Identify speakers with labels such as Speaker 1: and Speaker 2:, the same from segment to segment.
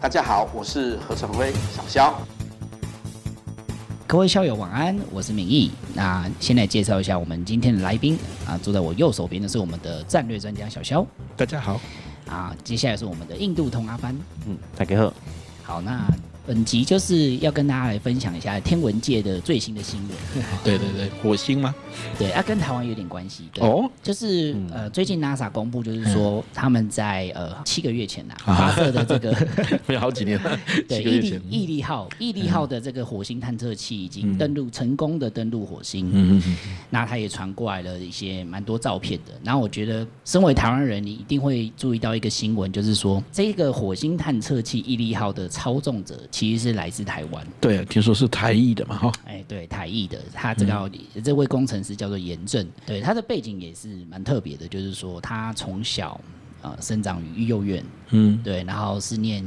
Speaker 1: 大家好，我是何成威，小肖。
Speaker 2: 各位校友晚安，我是敏毅。那先来介绍一下我们今天的来宾啊，坐在我右手边的是我们的战略专家小肖
Speaker 3: 大家好，
Speaker 2: 啊，接下来是我们的印度通阿班。
Speaker 4: 嗯，大家好。
Speaker 2: 好，那本集就是要跟大家来分享一下天文界的最新的新闻。
Speaker 3: 对对对，火星吗？
Speaker 2: 对，它、跟台湾有点关系。对，
Speaker 3: 嗯哦，嗯
Speaker 2: 就是呃，最近 NASA 公布，就是说他们在呃七个月前呐、
Speaker 3: 啊
Speaker 2: 发射的 这个
Speaker 3: 没有好几年了，
Speaker 2: 对
Speaker 3: 几个
Speaker 2: 毅
Speaker 3: 月
Speaker 2: 力
Speaker 3: 前。
Speaker 2: 毅力号毅力号的这个火星探测器已经登陆成功的登陆火星。
Speaker 3: 嗯嗯嗯嗯，
Speaker 2: 那他也传过来了一些蛮多照片的。然后我觉得，身为台湾人，你一定会注意到一个新闻，就是说这个火星探测器毅力号的操纵者其实是来自台湾，
Speaker 3: 对，啊听说是台裔的嘛，哈，
Speaker 2: 哎，对，台裔的。他这个、这位工程师叫做严正，对他的背景也是蛮特别的，就是说他从小呃生长于幼院，
Speaker 3: 嗯
Speaker 2: 对，然后是念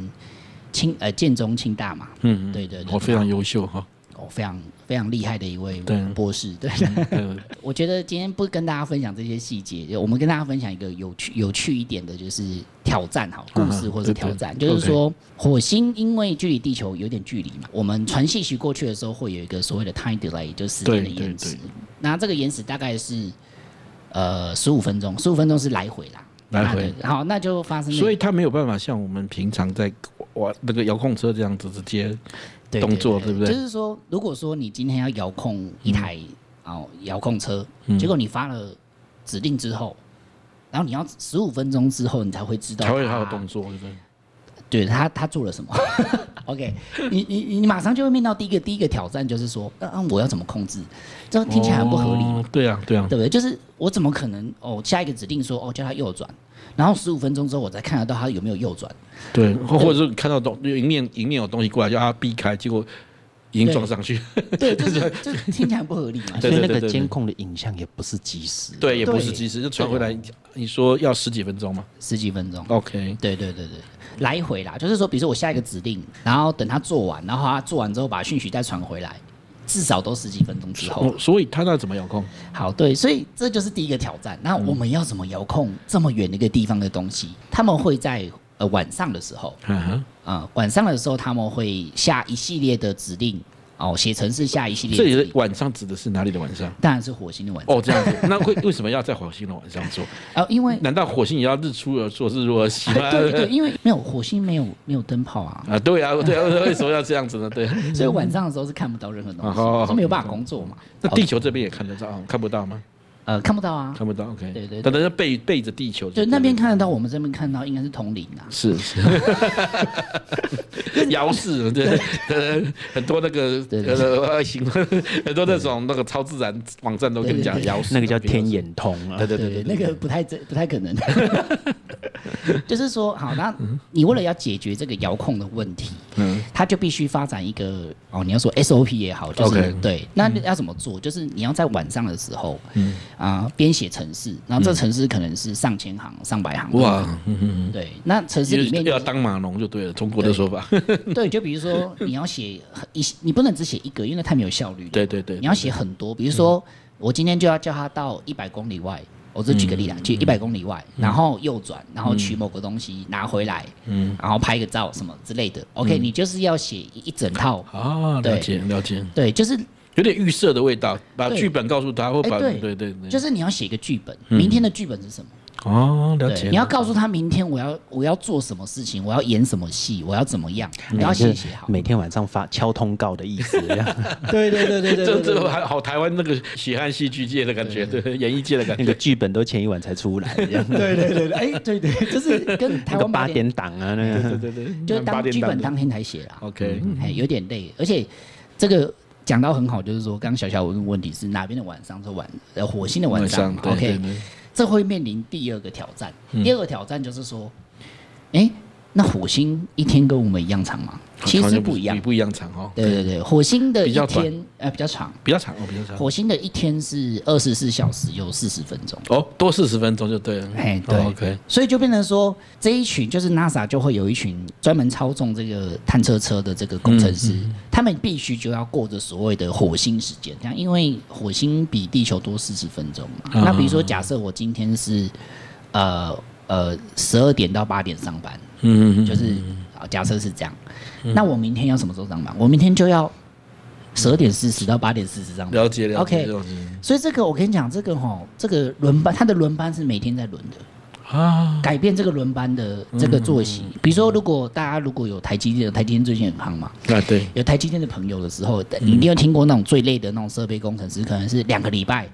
Speaker 2: 清呃建中清大嘛，
Speaker 3: 嗯嗯
Speaker 2: 对对对，
Speaker 3: 我非常优秀哈，
Speaker 2: 哦非常非常厉害的一位
Speaker 3: 对
Speaker 2: 博士，对。
Speaker 3: 嗯
Speaker 2: 我觉得今天不跟大家分享这些细节，我们跟大家分享一个有趣、有趣一点的，就是挑战好故事
Speaker 3: 嗯
Speaker 2: 或是
Speaker 3: 对对
Speaker 2: 挑战，
Speaker 3: 对
Speaker 2: 就是说火星因为距离地球有点距离嘛，我们传信息过去的时候会有一个所谓的 time delay，就是时间的
Speaker 3: 对对
Speaker 2: 延迟
Speaker 3: 对。
Speaker 2: 那这个延迟大概是呃十五分钟，十五分钟是来回啦，
Speaker 3: 来回
Speaker 2: 那啊对好，那就发生了
Speaker 3: 所以他没有办法像我们平常在玩那个遥控车这样子直接，
Speaker 2: 对
Speaker 3: 动作对不对
Speaker 2: 就是说，如果说你今天要遥控一台哦遥控车，
Speaker 3: 嗯
Speaker 2: 结果你发了指令之后，然后你要十五分钟之后你才会知道
Speaker 3: 才会有
Speaker 2: 它
Speaker 3: 他的动作，对不对？
Speaker 2: 对他他做了什么 ？OK，你你你马上就会面到第一个第一个挑战，就是说，嗯、嗯，我要怎么控制？这听起来很不合理嘛，
Speaker 3: 哦对啊，对啊，
Speaker 2: 对不对？就是我怎么可能哦下一个指令说哦叫他右转，然后十五分钟之后我才看得到他有没有右转？
Speaker 3: 对，或或者是你看到东迎面迎面有东西过来，就啊避开，结果已经撞上去，
Speaker 2: 对，就是就听起来很不合理嘛。
Speaker 3: 对
Speaker 4: 所
Speaker 3: 对
Speaker 4: 以
Speaker 3: 对
Speaker 4: 那
Speaker 3: 对
Speaker 4: 个
Speaker 3: 对
Speaker 4: 监控的影像也不是及时。
Speaker 3: 对，也不
Speaker 2: 对
Speaker 3: 是及时，就传回来。你说要十几分钟吗
Speaker 2: 十几分钟。
Speaker 3: ？OK，
Speaker 2: 对对对对，来回啦，就是说，比如说我下一个指令，然后等他做完，然后他做完之后把讯息再传回来，至少都十几分钟之后
Speaker 3: 哦。，所以他那怎么遥控？
Speaker 2: 好，对，所以这就是第一个挑战。那我们要怎么遥控这么远的一个地方的东西？他们会在呃晚上的时候，
Speaker 3: 嗯哼，
Speaker 2: 啊、晚上的时候他们会下一系列的指令，哦，写程式下一系列
Speaker 3: 这
Speaker 2: 的
Speaker 3: 里
Speaker 2: 指
Speaker 3: 的
Speaker 2: 令。
Speaker 3: 晚上指的是哪里的晚上？
Speaker 2: 当然是火星的晚 上
Speaker 3: 哦，这样子，那会为什么要在火星的晚上 做？
Speaker 2: 哦，因为
Speaker 3: 难道火星也要日出而作，日落而息吗？
Speaker 2: 对对，因为没有火星没有没有灯泡 啊，
Speaker 3: 啊，对啊，对啊，为什么要这样子呢？ 对，
Speaker 2: 所以晚上的时候是看不到任何东
Speaker 3: 哦好好
Speaker 2: 西，是没有
Speaker 3: 好
Speaker 2: 办法工作嘛。哦
Speaker 3: 那地球这边也看得到，啊看不到吗？
Speaker 2: 呃，看不到啊，
Speaker 3: 看不到，OK。
Speaker 2: 对对对
Speaker 3: 等等，背背着地球，
Speaker 2: 就那边看得到，我们这边看到应该是同龄啊。
Speaker 3: 是是，遥视， 对，呃，很多那个
Speaker 2: 对对
Speaker 3: 呃呃行，很多那种那个超自然网站都跟你讲遥视，
Speaker 4: 那个叫天，眼通啊。
Speaker 3: 对对对
Speaker 2: 对
Speaker 3: 对，
Speaker 2: 那个不太真不太可 能。就是说，好，那你为了要解决这个遥控的问题，
Speaker 3: 嗯，
Speaker 2: 它就必须发展一个哦，你要说 SOP 也好，就是
Speaker 3: OK
Speaker 2: 对，那要怎么做？就是你要在晚上的时候，啊、编写程式，然后这程式可能是上千行、上百行，
Speaker 3: 哇，嗯
Speaker 2: 对，那程式
Speaker 3: 就
Speaker 2: 里
Speaker 3: 是
Speaker 2: 面就
Speaker 3: 要
Speaker 2: 是
Speaker 3: 当码农就对了，中国的说法，
Speaker 2: 对，就比如说你要写一，你不能只写一个，因为那太没有效率了。
Speaker 3: 对对对，
Speaker 2: 你要写很多，比如说、我今天就要叫他到一百公里外，我只举个例啦，就一百公里外，然后右转，然后取某个东西拿回来，嗯，然后拍个照什么之类的。OK，、你就是要写一一整套，
Speaker 3: 啊，了解了解，
Speaker 2: 对，就是
Speaker 3: 有点预设的味道，把
Speaker 2: 对
Speaker 3: 剧本告诉他，或把
Speaker 2: 哎对
Speaker 3: 对对对，
Speaker 2: 就是你要写一个剧本，明天的剧本是什么？
Speaker 3: 哦，了解
Speaker 2: 对，，你要告诉他明天我要我要做什么事情，我要演什么戏，我要怎么样，你要
Speaker 4: 就
Speaker 2: 写
Speaker 4: 是
Speaker 2: 写好。
Speaker 4: 每天晚上发敲通告的意思。
Speaker 2: 对对对对
Speaker 3: 这这还好台湾那个血汗戏剧界的感觉，对演艺界的感
Speaker 4: 那个
Speaker 3: 觉，
Speaker 4: 剧本都前一晚才出来，这样
Speaker 2: 对对对对，哎，对对，就是跟台
Speaker 4: 那个
Speaker 2: 湾
Speaker 4: 八
Speaker 2: 八点，
Speaker 4: 点档啊，那个
Speaker 3: 对对，
Speaker 2: 就是
Speaker 3: 八
Speaker 2: 当
Speaker 3: 点
Speaker 2: 剧本
Speaker 3: 档
Speaker 2: 当天才写啦。
Speaker 3: OK，
Speaker 2: 哎，有点累，而且这个讲到很好，就是说，刚刚小小问问题是哪边的晚上是晚，呃，火星的晚上嘛
Speaker 3: 对对
Speaker 2: OK，
Speaker 3: 对，
Speaker 2: 这会面临第二个挑战。第二个挑战就是说，哎，那火星一天跟我们一样长吗？其
Speaker 3: 好
Speaker 2: 实
Speaker 3: 像
Speaker 2: 不一样
Speaker 3: 比。不一样长哦，
Speaker 2: 对对对，火星的一
Speaker 3: 比较短
Speaker 2: 天呃比较长，
Speaker 3: 比较长哦，比较长
Speaker 2: 火星的一天是二十四小时有四十分钟。
Speaker 3: 哦，多四十分钟就对了，
Speaker 2: 哎，对、
Speaker 3: 哦，OK，
Speaker 2: 所以就变成说这一群就是 NASA 就会有一群专门操纵这个探测车的这个工程
Speaker 3: 嗯
Speaker 2: 师，他们必须就要过着所谓的火星时间，这样因为火星比地球多四十分钟嘛。
Speaker 3: 嗯
Speaker 2: 那比如说，假设我今天是呃呃十二点到八点上班，
Speaker 3: 嗯嗯嗯，嗯
Speaker 2: 就是好，假设是这样，那我明天要什么时候上班？我明天就要十二点四十到八点四十上班。
Speaker 3: 了解了解
Speaker 2: OK
Speaker 3: 这种事
Speaker 2: 所以这个我跟你讲，这个吼，这个轮班，他的轮班是每天在轮的。
Speaker 3: 啊，
Speaker 2: 改变这个轮班的这个作息。比如说，如果大家如果有台积电，台积电最近很夯嘛，
Speaker 3: 那啊对，
Speaker 2: 有台积电的朋友的时候，你一定有听过那种最累的那种设备工程师，可能是两个礼拜。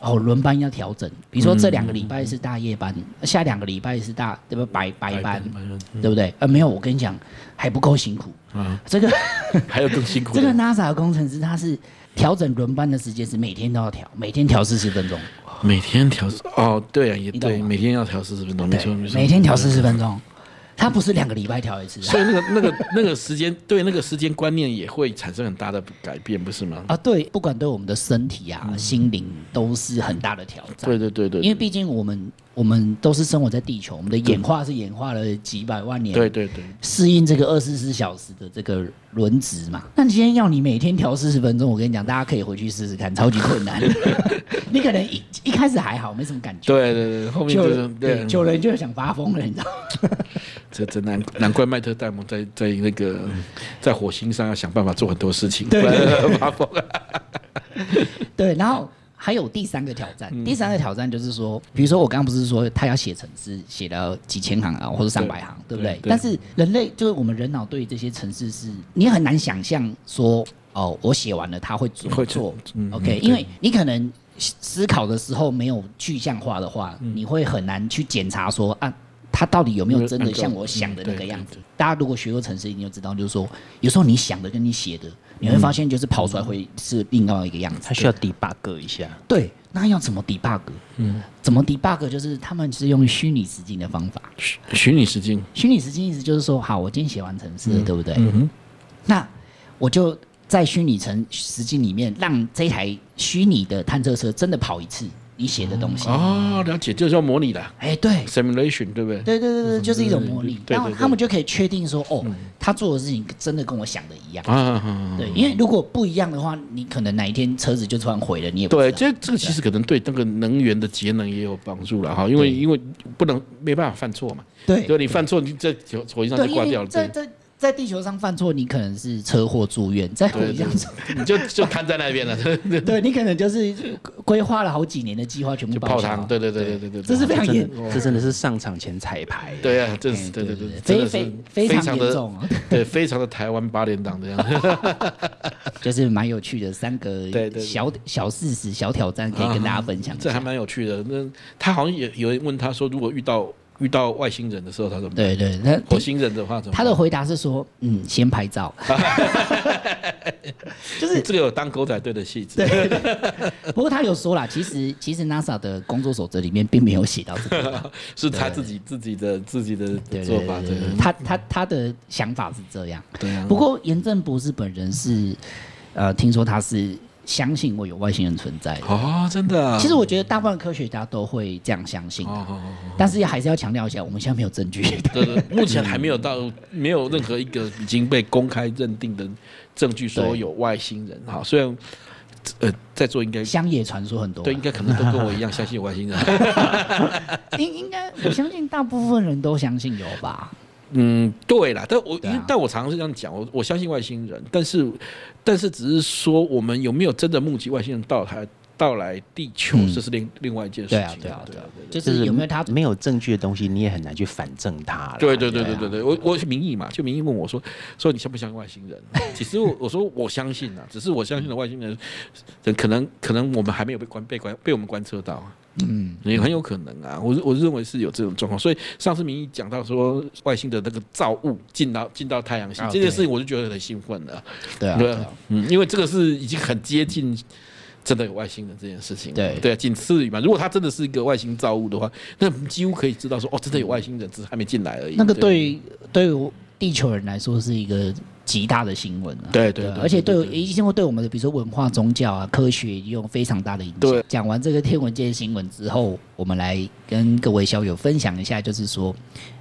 Speaker 2: 哦，轮班要调整，比如说这两个礼拜是大夜班，下两个礼拜是大对不对白嗯白班，嗯对不对？呃，没有，我跟你讲还不够辛苦。
Speaker 3: 啊，
Speaker 2: 这 个
Speaker 3: 还有更辛苦
Speaker 2: 这
Speaker 3: 的，
Speaker 2: 个 NASA 的工程师他是调整轮班的时间是每天都要调，每天调四十分钟。
Speaker 3: 每天调哦，对啊，也
Speaker 2: 你懂
Speaker 3: 对，
Speaker 2: 吗
Speaker 3: 每天要调四十分钟，没
Speaker 2: 对
Speaker 3: 错没，错，
Speaker 2: 每天调四十分钟，他不是两个礼拜调一次 啊。
Speaker 3: 所以那个那个那个时间对那个时间观念也会产生很大的改变，不是吗？
Speaker 2: 啊，对，不管对我们的身体啊、心灵都是很大的挑
Speaker 3: 嗯
Speaker 2: 战。
Speaker 3: 对对对对，
Speaker 2: 因为毕竟我们我们都是生活在地球，我们的演化是演化了几百万年，
Speaker 3: 对，对对，
Speaker 2: 适应这个二十四小时的这个轮值嘛。那今天要你每天调四十分钟，我跟你讲，大家可以回去试试看，超级 困难。你可能一一开始还好，没什么感觉。
Speaker 3: 对对对，后面
Speaker 2: 久
Speaker 3: 就是
Speaker 2: 了，
Speaker 3: 对
Speaker 2: 对，，久了你就想发疯了，你知道吗？
Speaker 3: 这真难难怪麦特戴蒙在在那个在火星上要想办法做很多事情，
Speaker 2: 对
Speaker 3: 对，发疯
Speaker 2: 对，然后还有第三个挑战，
Speaker 3: 嗯
Speaker 2: 第三个挑战就是说，比如说我刚刚不是说他要写程式，写了几千行啊，或者上百行，对不对
Speaker 3: 对？对
Speaker 2: 但是人类就是我们人脑对于这些程式是，你很难想象说，哦，我写完了他会怎么
Speaker 3: 会
Speaker 2: 做
Speaker 3: 嗯
Speaker 2: ？OK，
Speaker 3: 嗯
Speaker 2: 因为你可能思思考的时候没有具象化的话，
Speaker 3: 嗯
Speaker 2: 你会很难去检查说啊。他到底有没有真的像我想的那个样
Speaker 3: 嗯
Speaker 2: 子
Speaker 3: 对对？
Speaker 2: 大家如果学过程式，一定就知道，就是说，有时候你想的跟你写的，你会发现就是跑出来会是另外一个样子。
Speaker 4: 他需要 debug 一下，
Speaker 2: 对，那要怎么 debug？嗯，怎么 debug？就是他们是用虚拟实境的方法。
Speaker 3: 许许你实境，
Speaker 2: 虚拟实境意思就是说，好，我今天写完程式了，对不对？
Speaker 3: 嗯哼，
Speaker 2: 那我就在虚拟城实境里面，让这台虚拟的探测车真的跑一次你写的东西。
Speaker 3: 哦，了解，就是要模拟啦
Speaker 2: 哎，对，
Speaker 3: simulation，对不对？
Speaker 2: 对对对对，就是一种模拟
Speaker 3: 对，对
Speaker 2: 然后
Speaker 3: 对嗯
Speaker 2: 他们就可以确定说，哦，他做的事情真的跟我想的一样。
Speaker 3: 啊，
Speaker 2: 对，因为如果不一样的话，你可能哪一天车子就突然毁了，你也不
Speaker 3: 对，
Speaker 2: 知道。
Speaker 3: 这这个其实可能对那个能源的节能也有帮助了哈，因为
Speaker 2: 对
Speaker 3: 因为不能没办法犯错嘛，
Speaker 2: 对
Speaker 3: 对，你犯错你这火火星上
Speaker 2: 对，
Speaker 3: 就
Speaker 2: 因
Speaker 3: 挂
Speaker 2: 为
Speaker 3: 掉了，
Speaker 2: 在
Speaker 3: 对，
Speaker 2: 在在地球上犯错，你可能是车祸住院，在火
Speaker 3: 对
Speaker 2: 星上，
Speaker 3: 你就就瘫在那边 了，
Speaker 2: 对你可能就是规划了好几年的计划全部
Speaker 3: 就
Speaker 2: 报
Speaker 3: 泡
Speaker 2: 销
Speaker 3: 汤，。对对对对对对，
Speaker 2: 这是非常
Speaker 4: 这
Speaker 2: 严
Speaker 4: 真，的这真的是上场前彩排。
Speaker 3: 对啊，这
Speaker 2: 哎
Speaker 3: 是对对对，真
Speaker 2: 非
Speaker 3: 的是
Speaker 2: 非非常严
Speaker 3: 的
Speaker 2: 重啊，
Speaker 3: 对，非常的台湾八连党这样，
Speaker 2: 就是蛮有趣的三个
Speaker 3: 对啊对
Speaker 2: 小小事实、小挑战，可以跟大家分享一
Speaker 3: 这还
Speaker 2: 下。
Speaker 3: 蛮有趣的。那他好像也有人问他说，如果遇到遇到外星人的时候，他怎么办？
Speaker 2: 对对，那
Speaker 3: 火星人的话怎么办？
Speaker 2: 他的回答是说，嗯，先拍 照，就是
Speaker 3: 这个有当狗仔队的戏子，
Speaker 2: 不过他有说啦，其实其实 NASA 的工作守则里面并没有写到这个，
Speaker 3: 是他自己自己的自己的
Speaker 2: 对
Speaker 3: 做
Speaker 2: 对
Speaker 3: 法，
Speaker 2: 对
Speaker 3: 对
Speaker 2: 对，他他他的想法是这样。
Speaker 3: 对啊
Speaker 2: 不。过严正博士本人是，呃，听说他是相信我有外星人存在的。
Speaker 3: 哦，真的啊，
Speaker 2: 其实我觉得大部分科学家都会这样相信
Speaker 3: 哦
Speaker 2: 啊，
Speaker 3: 哦哦哦
Speaker 2: 但是还是要强调一下，我们现在没有证据。
Speaker 3: 对对， 目前还没有到，没有任何一个已经被公开认定的证据说
Speaker 2: 对
Speaker 3: 有外星
Speaker 2: 嗯
Speaker 3: 人哈。虽然呃，在座应该
Speaker 2: 乡野传说很多啊，
Speaker 3: 对，应该可能都跟我 一样相信有外星人。
Speaker 2: 应应该我相信大部分人都相信有吧？
Speaker 3: 嗯，对啦，但我、
Speaker 2: 对啊
Speaker 3: 因为但我常常是这样讲，我我相信外星人，但是但是只是说我们有没有真的目击外星人到来到来地球，
Speaker 2: 嗯
Speaker 3: 这是另另外一件事
Speaker 2: 对
Speaker 3: 情
Speaker 2: 啊
Speaker 3: 啊。，
Speaker 2: 对啊，对
Speaker 3: 对
Speaker 2: 啊
Speaker 3: 啊，
Speaker 2: 就
Speaker 4: 就是
Speaker 2: 是有没有他？
Speaker 4: 没有证据的东西，你也很难去反证它啦。
Speaker 3: 对对对
Speaker 2: 对
Speaker 3: 对对
Speaker 2: 啊
Speaker 3: 对，我我民意嘛，就民意问我说说你相不相信外星人？ 其实我我说我相信啊，只是我相信的外星人，可能可能我们还没有被观被观被我们观测到啊。
Speaker 2: 嗯，
Speaker 3: 也很有可能啊，我我认为是有这种状况，所以上次民意讲到说外星的那个造物进到进到太阳系、
Speaker 2: 啊
Speaker 3: 这件事情，我就觉得很兴奋了。
Speaker 2: 对啊，
Speaker 3: 对
Speaker 2: 对
Speaker 3: 啊
Speaker 2: 啊，
Speaker 3: 嗯，因为这个是已经很接近真的有外星人这件事情了，
Speaker 2: 对
Speaker 3: 对啊，仅次于嘛。如果他真的是一个外星造物的话，那几乎可以知道说，哦，真的有外星人，只是还没进来而已。
Speaker 2: 那个对于对于地球人来说是一个极大的新闻啊。
Speaker 3: 对对对
Speaker 2: 啊
Speaker 3: 对
Speaker 2: 而且
Speaker 3: 对
Speaker 2: 对
Speaker 3: 对
Speaker 2: 一定会对我们的比如说文化、宗教啊、科学也有非常大的影响
Speaker 3: 对。
Speaker 2: 讲完这个天文界的新闻之后，我们来跟各位校友分享一下，就是说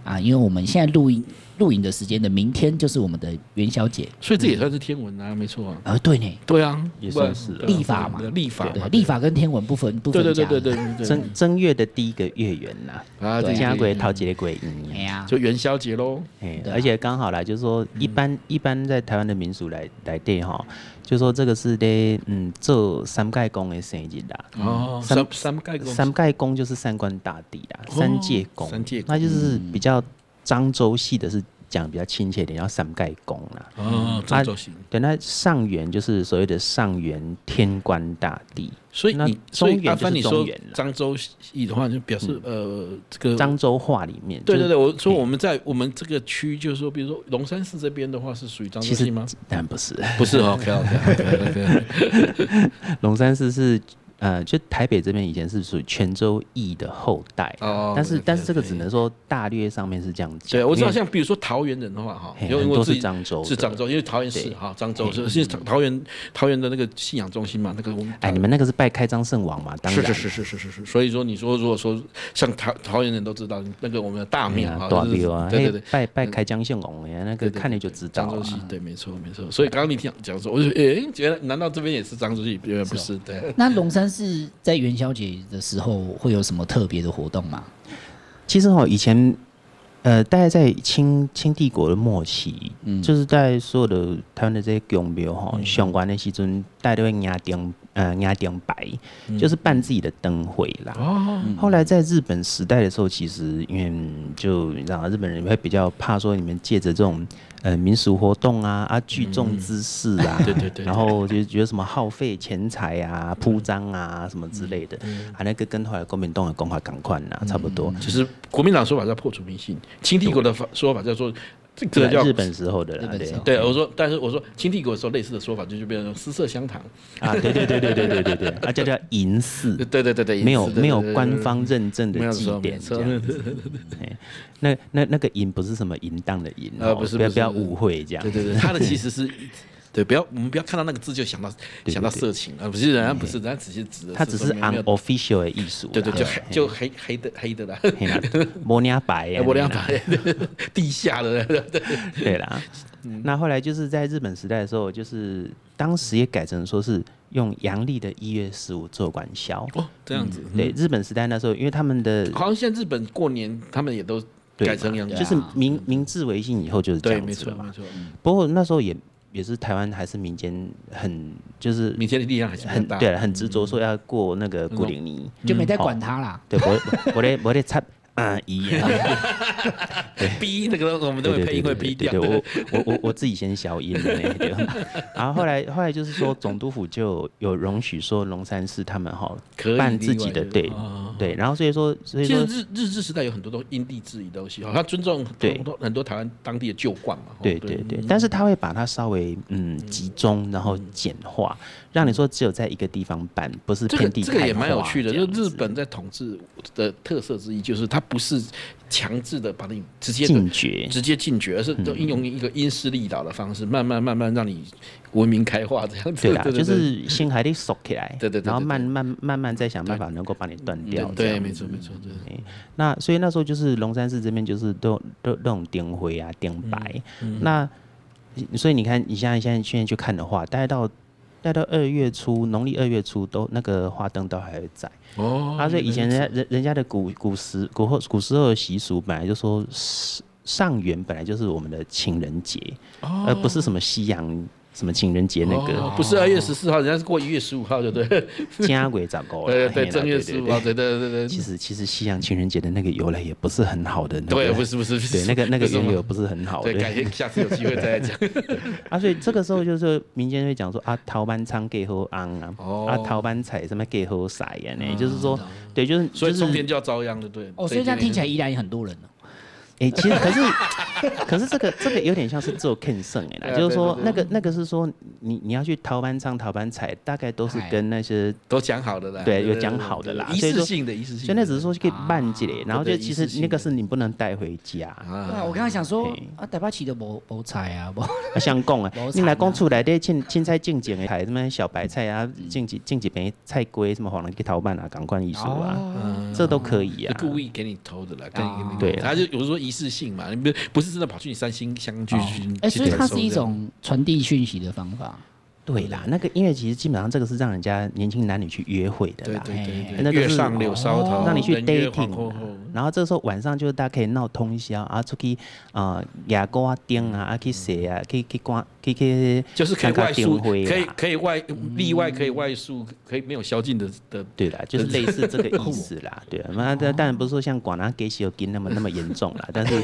Speaker 2: 啊，因为我们现在录音录影的时间的明天就是我们的元宵节。
Speaker 3: 所以这也算是天文啊，没错啊。
Speaker 2: 呃，对呢，
Speaker 3: 对啊，
Speaker 4: 也算是
Speaker 3: 对啊
Speaker 2: 历法嘛
Speaker 3: 对啊历法
Speaker 2: 对
Speaker 3: 嘛，，
Speaker 2: 历法跟天文不分不
Speaker 3: 对
Speaker 2: 分
Speaker 3: 对对
Speaker 2: 家。
Speaker 3: 对对对对对
Speaker 4: 正正月的第一个月圆呐，
Speaker 3: 啊，
Speaker 2: 对
Speaker 3: 这
Speaker 4: 家鬼
Speaker 3: 鬼
Speaker 4: 讨几个鬼嗯
Speaker 2: 哎呀，
Speaker 3: 就元宵节喽。
Speaker 4: 哎
Speaker 2: 对，啊
Speaker 4: 而且刚好啦，就是说一般、一般在台湾的民俗来来对哈，就说这个是咧嗯做三界公的生日啦。
Speaker 3: 哦，三三盖公
Speaker 4: 三界公就是三官大帝啦，
Speaker 3: 哦
Speaker 4: 三界公，
Speaker 3: 三界公
Speaker 4: 那就是比较漳州系的是讲比较亲切一点，叫三界公啦。
Speaker 3: 哦，漳州行。
Speaker 4: 对，那上元就是所谓的上元天官大帝，
Speaker 3: 所以
Speaker 4: 那
Speaker 3: 你所
Speaker 4: 中
Speaker 3: 以
Speaker 4: 原
Speaker 3: 阿
Speaker 4: 就是
Speaker 3: 帆你说
Speaker 4: 中原啦
Speaker 3: 漳州戏的话，就表示呃这个
Speaker 4: 漳州话里面，
Speaker 3: 对对
Speaker 4: 就是
Speaker 3: 对，我说我们在我们这个区，就是说，比如说龙山寺这边的话，是属于漳州
Speaker 4: 其实
Speaker 3: 戏吗？
Speaker 4: 当然不是，
Speaker 3: 不是，OK OK OK，
Speaker 4: 龙山寺是呃，就台北这边以前是属于泉州义的后代啊，
Speaker 3: 哦
Speaker 4: 但是
Speaker 3: 对
Speaker 4: 但是这个
Speaker 3: 对
Speaker 4: 只能说大略上面是这样讲。
Speaker 3: 对，我知道，
Speaker 4: 因为
Speaker 3: 像比如说桃园人的话，哈，
Speaker 4: 嘿
Speaker 3: 因为
Speaker 4: 很
Speaker 3: 我
Speaker 4: 多
Speaker 3: 自
Speaker 4: 是
Speaker 3: 己
Speaker 4: 漳州的，
Speaker 3: 是漳州，因为桃园市
Speaker 4: 对
Speaker 3: 哈，漳州是是桃园桃园的那个信仰中心嘛，那个我们
Speaker 4: 哎，你们那个是拜开漳圣王嘛？当
Speaker 3: 是
Speaker 4: 然
Speaker 3: 是是是是是是，所以说你说如果说像桃桃园人都知道那个我们的大
Speaker 4: 哎
Speaker 3: 庙
Speaker 4: 呀
Speaker 3: 哈，
Speaker 4: 大
Speaker 3: 哦就是
Speaker 4: 庙啊，
Speaker 3: 对对
Speaker 4: 嘿
Speaker 3: 对。嗯
Speaker 4: 拜拜开漳圣王呀，那
Speaker 3: 对
Speaker 4: 个
Speaker 3: 对
Speaker 4: 看了
Speaker 3: 对
Speaker 4: 就
Speaker 3: 对
Speaker 4: 知道
Speaker 3: 漳州
Speaker 4: 啊。
Speaker 3: 戏对，没错没错。所以刚刚你讲讲说，我哎就诶，觉得难道这边也是漳州戏？原来不是，对。
Speaker 2: 那龙山寺在元宵节的时候会有什么特别的活动吗？
Speaker 4: 其实哦，以前呃，大概在清清帝国的末期，
Speaker 3: 嗯
Speaker 4: 就是在所有的台湾的这些宫庙哈，相关的时阵，大家都会压灯呃压灯白，就是办自己的灯会啦。
Speaker 3: 嗯哦，
Speaker 4: 后来在日本时代的时候，其实因为嗯就你知道，日本人会比较怕说你们借着这种呃民俗活动啊啊聚众滋事啊，
Speaker 3: 对对对
Speaker 4: 然后就觉得什么耗费钱财啊、铺张啊什么之类的，
Speaker 3: 嗯
Speaker 4: 啊那个跟后来国民党的讲法赶快啦，差不多。
Speaker 3: 就是国民党说法叫破除迷信，清帝国的法说法叫做这
Speaker 4: 这
Speaker 3: 个叫
Speaker 4: 日本时候的啦，
Speaker 2: 日本
Speaker 4: 对
Speaker 2: 时候
Speaker 3: 对，我说，但是我说清帝国的时候类似的说法，就是变成私设香堂，
Speaker 4: 啊，对对对对对对对对，啊叫叫银寺
Speaker 3: 对，对对对对，
Speaker 4: 没有
Speaker 3: 对对对
Speaker 4: 没有
Speaker 3: 对对
Speaker 4: 官方认证
Speaker 3: 没
Speaker 4: 的
Speaker 3: 有
Speaker 4: 祭
Speaker 3: 错
Speaker 4: 典
Speaker 3: 没
Speaker 4: 这
Speaker 3: 错
Speaker 4: 样子。 嘿那那那个淫不是什么淫荡的淫
Speaker 3: 呃
Speaker 4: 哦，
Speaker 3: 不是
Speaker 4: 不要
Speaker 3: 不是
Speaker 4: 不要
Speaker 3: 不是
Speaker 4: 误会这样
Speaker 3: 对。对对，他的其实 是。对，不要我们不要看到那个字就想到
Speaker 4: 对
Speaker 3: 想到
Speaker 4: 对
Speaker 3: 色情啊，不是人家不是人家只是指的
Speaker 4: 它只
Speaker 3: 说
Speaker 4: 是
Speaker 3: 没有没有
Speaker 4: unofficial 的艺术啦，
Speaker 3: 对对，就
Speaker 4: 嘿
Speaker 3: 黑就黑黑的黑的啦，
Speaker 4: 嘿 啦摩尼亚白呀，
Speaker 3: 我俩把地下的 对对
Speaker 4: 对啦。
Speaker 3: 嗯
Speaker 4: 那后来就是在日本时代的时候，就是当时也改成说是用阳历的一月十五做管销。
Speaker 3: 哦这样子，
Speaker 4: 嗯
Speaker 3: 嗯
Speaker 4: 对，日本时代那时候，因为他们的
Speaker 3: 好像现在日本过年他们也都
Speaker 4: 对
Speaker 3: 改成洋
Speaker 2: 对
Speaker 3: 装
Speaker 2: 啊
Speaker 4: 就是明明治维新以后就是这
Speaker 3: 对，
Speaker 4: 样
Speaker 3: 没
Speaker 4: 子
Speaker 3: 错
Speaker 4: 了
Speaker 3: 没
Speaker 4: 嘛。
Speaker 3: 错，嗯
Speaker 4: 不过那时候也也是台湾还是民间很就是
Speaker 3: 民间的力量还是
Speaker 4: 很
Speaker 3: 大，嗯
Speaker 4: 对了，啊很执着说要过那个古灵尼，嗯
Speaker 2: 就没在管它啦。
Speaker 4: 对，我我得我得插 啊一样。
Speaker 3: 逼那个我们都会配音会逼掉，
Speaker 4: 对对我我我我自己先消音的那个。 然后后来后来就是说，总督府就有容许说龙山寺他们哈
Speaker 3: 可以
Speaker 4: 办自己的
Speaker 3: 另外
Speaker 4: 对
Speaker 3: 哦
Speaker 4: 对，然后所以说所以
Speaker 3: 其实
Speaker 4: 说
Speaker 3: 日日治时代有很多都因地制宜的东西，哦，他尊重
Speaker 4: 对
Speaker 3: 很多很多台湾当地的旧惯嘛。哦
Speaker 4: 对对对，但是他会把它稍微嗯集中，然后简化，让你说只有在一个地方办，不是
Speaker 3: 这个
Speaker 4: 遍地
Speaker 3: 这个也蛮有趣的，就
Speaker 4: 就是
Speaker 3: 日本在统治的特色之一，就是它不是强制的把你直接的
Speaker 4: 禁绝。嗯
Speaker 3: 直接禁绝，而是都应用一个因势利导的方式，慢慢慢慢让你文明开化这样子。
Speaker 4: 对啦，
Speaker 3: 对对
Speaker 4: 就是先还得收起来，
Speaker 3: 对对对对
Speaker 4: 然后
Speaker 3: 对
Speaker 4: 慢慢慢慢再想办法能够把你断
Speaker 3: 对
Speaker 4: 掉。这
Speaker 3: 对，
Speaker 4: 样哎
Speaker 3: 没错没错，对。
Speaker 4: 那所以那时候就是龙山寺这边就是都都那种点灰啊、点白，
Speaker 3: 嗯
Speaker 4: 那所以你看，你现在现在现在去看的话，大概到大概到二月初，农历二月初都那个花灯都还会在。
Speaker 3: 哦
Speaker 4: 啊，所以以前人家人人家的古古时古后古时候的习俗本来就说是上元本来就是我们的情人节，而不是什么西洋什么情人节那
Speaker 3: 哦
Speaker 4: 个
Speaker 3: 不是二月十四号，人家是过一月十五号，对不对？
Speaker 4: 家鬼咋 搞
Speaker 3: 对对，
Speaker 4: 了？哦嘿啦
Speaker 3: 正月
Speaker 4: 哎对
Speaker 3: 十
Speaker 4: 对
Speaker 3: 五
Speaker 4: 对
Speaker 3: 号，对对对对
Speaker 4: 其实其实西洋情人节的那个由来也不是很好的，那
Speaker 3: 对，
Speaker 4: 个
Speaker 3: 不是不是，不
Speaker 4: 对
Speaker 3: 是
Speaker 4: 那个那个
Speaker 3: 不是
Speaker 4: 缘
Speaker 3: 吗
Speaker 4: 由不是很好的
Speaker 3: 对，。改天下次有机会再来 讲。
Speaker 4: 啊，所以这个时候就是民间会讲说啊，桃班仓给喝昂啊，
Speaker 3: 哦啊
Speaker 4: 啊桃班彩什么给喝色呀呢，就是说对，就是
Speaker 3: 所以
Speaker 4: 就
Speaker 3: 中
Speaker 4: 是
Speaker 3: 天就要遭殃了，对。
Speaker 2: 哦，所以这样听起来依然有很多人哦。
Speaker 4: 哎、其实可是 可是这个这个有点像是做 Ken 胜哎
Speaker 3: 对啊
Speaker 4: 啦，就是说
Speaker 3: 对
Speaker 4: 那
Speaker 3: 对对
Speaker 4: 个那个是说你你要去桃班仓桃班彩，大概都是
Speaker 2: 哎
Speaker 4: 跟那些
Speaker 3: 都讲好的啦，
Speaker 4: 对有讲好的啦
Speaker 3: 仪
Speaker 4: 所以
Speaker 3: 式
Speaker 4: 说
Speaker 3: 性的仪式性的，
Speaker 4: 所以那只是说可以慢起来，然
Speaker 3: 啊
Speaker 4: 后
Speaker 3: 对
Speaker 4: 就
Speaker 3: 对
Speaker 4: 其
Speaker 3: 仪式
Speaker 4: 实
Speaker 3: 性
Speaker 4: 那个
Speaker 3: 的
Speaker 4: 是你不能带回家。
Speaker 2: 对啊，我刚刚想说
Speaker 4: 嘿
Speaker 2: 啊，台北起的无无菜啊，无
Speaker 4: 啊，相讲啊
Speaker 2: 无，
Speaker 4: 你
Speaker 2: 惨
Speaker 4: 来
Speaker 2: 啊
Speaker 4: 讲厝内底青青菜种种的菜，什么小白菜啊，种几种几片菜瓜，什么黄龙去头瓣啊，赶快艺术啊，这都可以
Speaker 3: 就
Speaker 4: 啊。
Speaker 3: 故意给你偷的啦，跟你
Speaker 2: 哦
Speaker 3: 跟你
Speaker 4: 对啊
Speaker 3: 他就有时候仪式性嘛，你不不是真的跑去你三星乡
Speaker 4: 哦
Speaker 3: 去去
Speaker 2: 哎，
Speaker 3: 去
Speaker 2: 所以它
Speaker 3: 感受
Speaker 2: 是一
Speaker 3: 这样
Speaker 2: 种传递讯息的方法。
Speaker 4: 对啦，那个因为其实基本上这个是让人家年轻男女去约会的
Speaker 3: 对
Speaker 4: 啦，
Speaker 3: 对对
Speaker 4: 哎那
Speaker 3: 对，
Speaker 4: 就
Speaker 3: 月
Speaker 4: 是哦
Speaker 3: 上柳梢头，
Speaker 4: 让你去
Speaker 3: 人约皇
Speaker 4: dating 啊
Speaker 3: 后
Speaker 4: 啦
Speaker 3: 后。
Speaker 4: 然后这个时候晚上就是大家可以闹通宵啊，出去啊，牙膏啊、钉
Speaker 3: 嗯
Speaker 4: 啊、啊去谁啊，去去逛，去去
Speaker 3: 就是可以
Speaker 4: 参加
Speaker 3: 外宿，
Speaker 4: 订会啦嗯
Speaker 3: 可以可以外例外可以外宿，可以没有宵禁的的。
Speaker 4: 对啦，就是类似这个
Speaker 3: 哦
Speaker 4: 意思啦，对啊，那当当然不是说像广南给西有金那么那么严 重啦，但是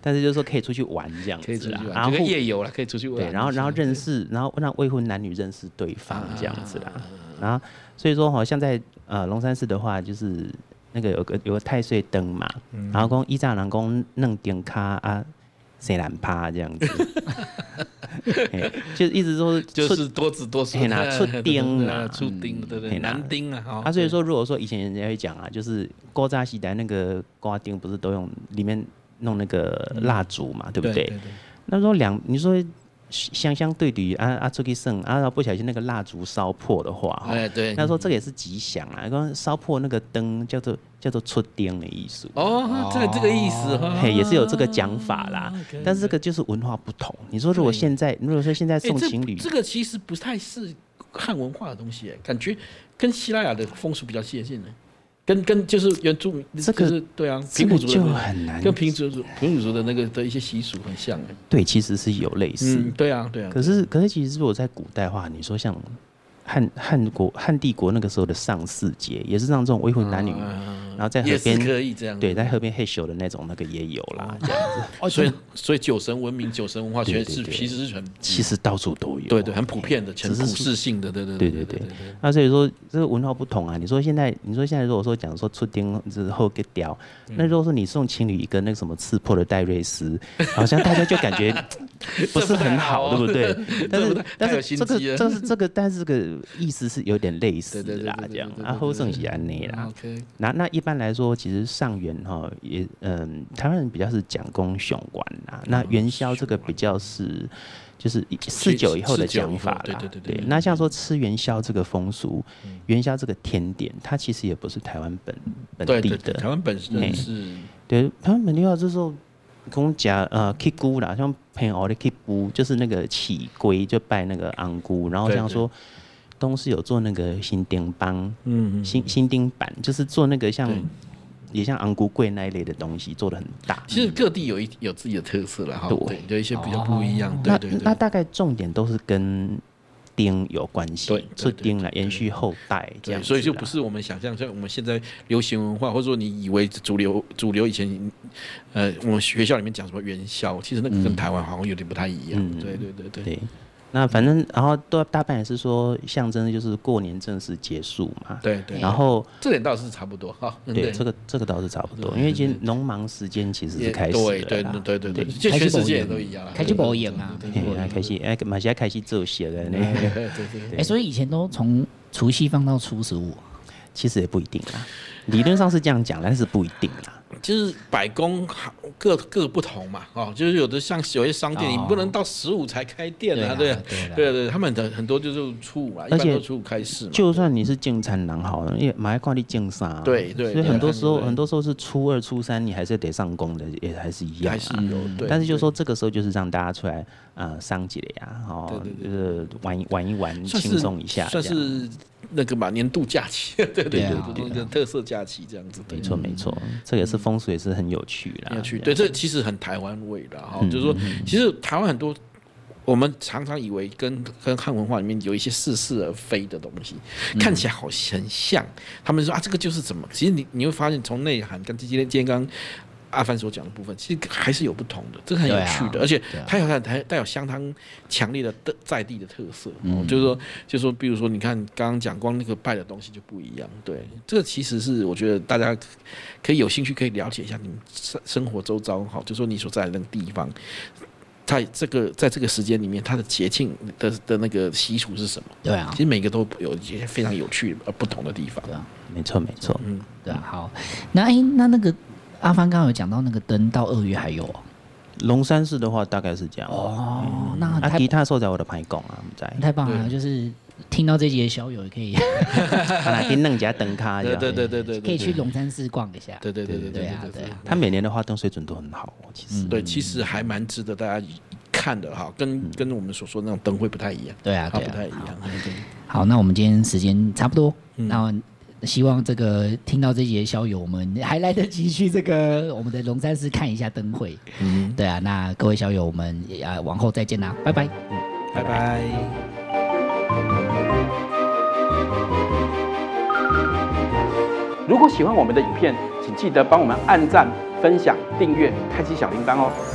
Speaker 4: 但是就是说可以出去玩这样
Speaker 3: 可以
Speaker 4: 子
Speaker 3: 出
Speaker 4: 啦
Speaker 3: 去，
Speaker 4: 啊然
Speaker 3: 玩，
Speaker 4: 后
Speaker 3: 这个夜游了，可以出去玩。
Speaker 4: 对，然后然后认识，然后让未婚男女认识对方这样子啦，
Speaker 3: 啊
Speaker 4: 然后所以说好像在呃龙山寺的话，就是那个有个有个太岁灯嘛，
Speaker 3: 嗯
Speaker 4: 然后讲一丈人讲弄点卡啊，谁难趴这样 子，嘿就是一直说
Speaker 3: 就是多子多孙
Speaker 4: 嘿啦出丁啦嗯
Speaker 3: 啊，出丁对不对？
Speaker 4: 嘿啦
Speaker 3: 男丁啊，哈
Speaker 4: 啊，所以说，如果说以前人家会讲啊，就是锅扎西的那个瓜丁，不是都用里面弄那个蜡烛嘛，对不对？
Speaker 3: 嗯对
Speaker 4: 那时候两，你说相相对比啊啊出去剩啊，然后不小心那个蜡烛烧破的话，哈
Speaker 3: 哎对，
Speaker 4: 哦那说这个也是吉祥啊，刚刚烧破那个灯叫做叫做出丁的艺术。
Speaker 3: 哦，这个这个意思哈，哦
Speaker 4: 嘿，也是有这个讲法啦，
Speaker 3: OK，
Speaker 4: 但是这个就是文化不同。你说如果
Speaker 3: 对
Speaker 4: 现在，如果说现在
Speaker 3: 哎
Speaker 4: 送
Speaker 3: 这
Speaker 4: 情侣，
Speaker 3: 这个其实不太是汉文化的东西，哎感觉跟希腊雅的风俗比较接近呢，跟跟就是原住民，
Speaker 4: 这个
Speaker 3: 就是对啊，
Speaker 4: 这
Speaker 3: 平
Speaker 4: 个
Speaker 3: 埔族
Speaker 4: 就
Speaker 3: 的
Speaker 4: 很难
Speaker 3: 跟平族族平埔族的那个的一些习俗很像哎，
Speaker 4: 对，其实是有类似
Speaker 3: 嗯，对啊对啊，
Speaker 4: 可是，可是，其实如果在古代话，你说像汉汉国汉帝国那个时候的上巳节，也是让这种未婚
Speaker 3: 嗯
Speaker 4: 男女，然后在河
Speaker 3: 啊也是
Speaker 4: 边
Speaker 3: 可以这样，
Speaker 4: 对，在河边嘿咻的那种，那个也有
Speaker 3: 哦
Speaker 4: 啦。这样
Speaker 3: 所以所以酒神文明、酒神文化学
Speaker 4: 对对
Speaker 3: 是
Speaker 4: 对
Speaker 3: 其实是很
Speaker 4: 其实到处都有，
Speaker 3: 对对很普遍的，全
Speaker 4: 只
Speaker 3: 普
Speaker 4: 是
Speaker 3: 世性的，对对
Speaker 4: 对
Speaker 3: 对
Speaker 4: 对对。那所以说，这个文化不同啊。你说现在，你说现在，如果说讲说出丁之后给雕，
Speaker 3: 嗯
Speaker 4: 那如果说你送情侣一个那个什么刺破的戴瑞斯， 好像大家就感觉 不是很好，
Speaker 3: 这
Speaker 4: 对
Speaker 3: 不
Speaker 4: 不
Speaker 3: 太好
Speaker 4: 对？但
Speaker 3: 这不
Speaker 4: 是
Speaker 3: 太太有
Speaker 4: 但是
Speaker 3: 心
Speaker 4: 这个
Speaker 3: 机了
Speaker 4: 这是这个，但是这个意思是有点类 似
Speaker 3: 对对对
Speaker 4: 啦
Speaker 3: 对，
Speaker 4: 这
Speaker 3: 对
Speaker 4: 样
Speaker 3: 对对
Speaker 4: 啊，
Speaker 3: 对
Speaker 4: 后生也安内啦。
Speaker 3: OK，
Speaker 4: 那那一般来说，其实上元哈、也嗯，台湾人比较是讲公雄丸啦。那
Speaker 3: 哦
Speaker 4: 元宵这个比较是就是四九以后的讲法啦。
Speaker 3: 对对对对对嗯
Speaker 4: 那像说吃元宵这个风俗，元宵这个甜点，它其实也不是台湾本本
Speaker 3: 对
Speaker 4: 地
Speaker 3: 对
Speaker 4: 的。
Speaker 3: 对，台湾本身是
Speaker 4: 对，台湾本地话这时候跟讲呃 K 姑啦，像朋友的 K 姑，就是那个起龟就拜那个昂姑，然后
Speaker 3: 对
Speaker 4: 像
Speaker 3: 对
Speaker 4: 说东市有做那个新丁帮。
Speaker 3: 嗯嗯。
Speaker 4: 新新丁版，就是做那个像也像昂古贵那一类的东西，做的很大。
Speaker 3: 其实各地有一有自己的特色了哈，
Speaker 4: 对
Speaker 3: 对，有一些比较不一样，对
Speaker 4: 那
Speaker 3: 对对。
Speaker 4: 那大概重点都是跟丁有关
Speaker 3: 对
Speaker 4: 系
Speaker 3: 对，
Speaker 4: 是
Speaker 3: 对
Speaker 4: 丁来
Speaker 3: 对
Speaker 4: 延续后代这
Speaker 3: 对，
Speaker 4: 样子啦。
Speaker 3: 所以就不是我们想象像我们现在流行文化，或者说你以为主流主流以前，呃，我们学校里面讲什么元宵，其实那个跟台湾好像有点不太一样。
Speaker 4: 嗯
Speaker 3: 对对对对，
Speaker 4: 对。那反正然后都大半也是说象征就是过年正式结束嘛。
Speaker 3: 对对
Speaker 4: 然后
Speaker 3: 这点倒是差不多哈。嗯
Speaker 4: 对这个这个倒是差不多，因为其实农忙时间其实
Speaker 3: 也
Speaker 4: 是开始
Speaker 3: 对
Speaker 4: 的
Speaker 3: 对
Speaker 4: 啦。
Speaker 3: 对对对，
Speaker 4: 对
Speaker 3: 就全世界也都一样啦。
Speaker 2: 开始保养啊，
Speaker 3: 对
Speaker 2: 开
Speaker 3: 对
Speaker 2: 始
Speaker 4: 嘿
Speaker 2: 保
Speaker 4: 啊
Speaker 2: 养
Speaker 4: 开始哎，马上开始做些了呢。
Speaker 3: 对对对对
Speaker 2: 哎，所以以前都从除夕放到初十五，
Speaker 4: 其实也不一定啦，理论上是这样讲，但是不一定啦。
Speaker 3: 就是百工各各不同嘛，哦，就是有的像有些商店，
Speaker 2: 哦
Speaker 3: 你不能到十五才开店啊，对
Speaker 2: 对
Speaker 3: 啊
Speaker 2: 啦对啦
Speaker 3: 对啊对啊，他们的很多就是初五啊，一
Speaker 4: 而
Speaker 3: 般
Speaker 4: 且
Speaker 3: 都初五开市嘛。
Speaker 4: 就算你是进餐郎好了，也买块你进啥？
Speaker 3: 对对
Speaker 4: 所
Speaker 3: 对
Speaker 4: 以很多时候
Speaker 3: 对
Speaker 4: 很多时候是初二、初三，你还是得上工的，也还是一样
Speaker 3: 还是
Speaker 4: 啊。
Speaker 3: 有，对。
Speaker 4: 但是就说这个时候就是让大家出来呃商几类啊，哦，
Speaker 3: 对对
Speaker 4: 呃玩一玩一玩，
Speaker 3: 算是
Speaker 4: 轻松一下，
Speaker 3: 算
Speaker 4: 这样
Speaker 3: 是那个嘛年度假期， 对对
Speaker 2: 对啊
Speaker 3: 对，那个特色假期这样子，对
Speaker 4: 没。错没错，
Speaker 3: 嗯
Speaker 4: 这个也是风俗，也是很有趣啦。
Speaker 3: 要去，
Speaker 4: 这
Speaker 3: 对，
Speaker 4: 样
Speaker 3: 这其实很台湾味的哈，
Speaker 4: 嗯
Speaker 3: 就是说，其实台湾很多。我们常常以为跟跟汉文化里面有一些似是而非的东西，
Speaker 4: 嗯
Speaker 3: 看起来好很像。他们说啊，这个就是怎么？其实你你会发现，从内涵跟今天今天刚刚阿凡所讲的部分，其实还是有不同的，这个很有
Speaker 2: 对啊
Speaker 3: 趣的，而且
Speaker 2: 对啊
Speaker 3: 它有它它带有相当强烈的的在地的特色。
Speaker 2: 嗯
Speaker 3: 哦，就是说，就是说，比如说，你看刚刚讲光那个拜的东西就不一样。对，这个其实是我觉得大家可以有兴趣可以了解一下你们生生活周遭，好，就说你所在的那个地方，在这个在这个时间里面，它的节庆的的那个习俗是什么？
Speaker 2: 对啊
Speaker 3: 其，实每个都有一些非常有趣而不同的地方。
Speaker 2: 对啊，
Speaker 4: 没错没错，
Speaker 2: 对啊。好，那哎，那那个阿帆刚刚有讲到那个灯到二月还有哦
Speaker 4: 龙山寺的话大概是这样。
Speaker 2: 哦，那
Speaker 4: 啊，
Speaker 3: 嗯
Speaker 2: 太
Speaker 4: 其他所在我的排讲啊，我们在
Speaker 2: 太棒了，就是听到这集的小友也可以
Speaker 4: 他来给啊弄一下灯卡，
Speaker 3: 对对对对对，
Speaker 2: 可以去龙山寺逛一下。
Speaker 3: 对对对对
Speaker 2: 对
Speaker 3: 对
Speaker 2: 啊
Speaker 3: 对
Speaker 2: 对啊
Speaker 4: 他每年的花灯水准都很好哦，其实
Speaker 3: 对，其实还蛮值得大家一看的哈，
Speaker 2: 嗯
Speaker 3: 跟跟我们所说的那种灯会不太一样，
Speaker 2: 对啊
Speaker 3: 它
Speaker 2: 对
Speaker 3: 不太嗯
Speaker 2: 啊
Speaker 3: 一。样，
Speaker 2: 好，那我们今天时间差不多，那希望这个听到这集的小友，我们还来得及去这个我们的龙山寺看一下灯会。
Speaker 3: 嗯，
Speaker 2: 对啊，那各位小友，我们啊往后再见啦，拜拜。
Speaker 3: 拜拜。
Speaker 1: 如果喜欢我们的影片，请记得帮我们按赞、分享、订阅、开启小铃铛哦。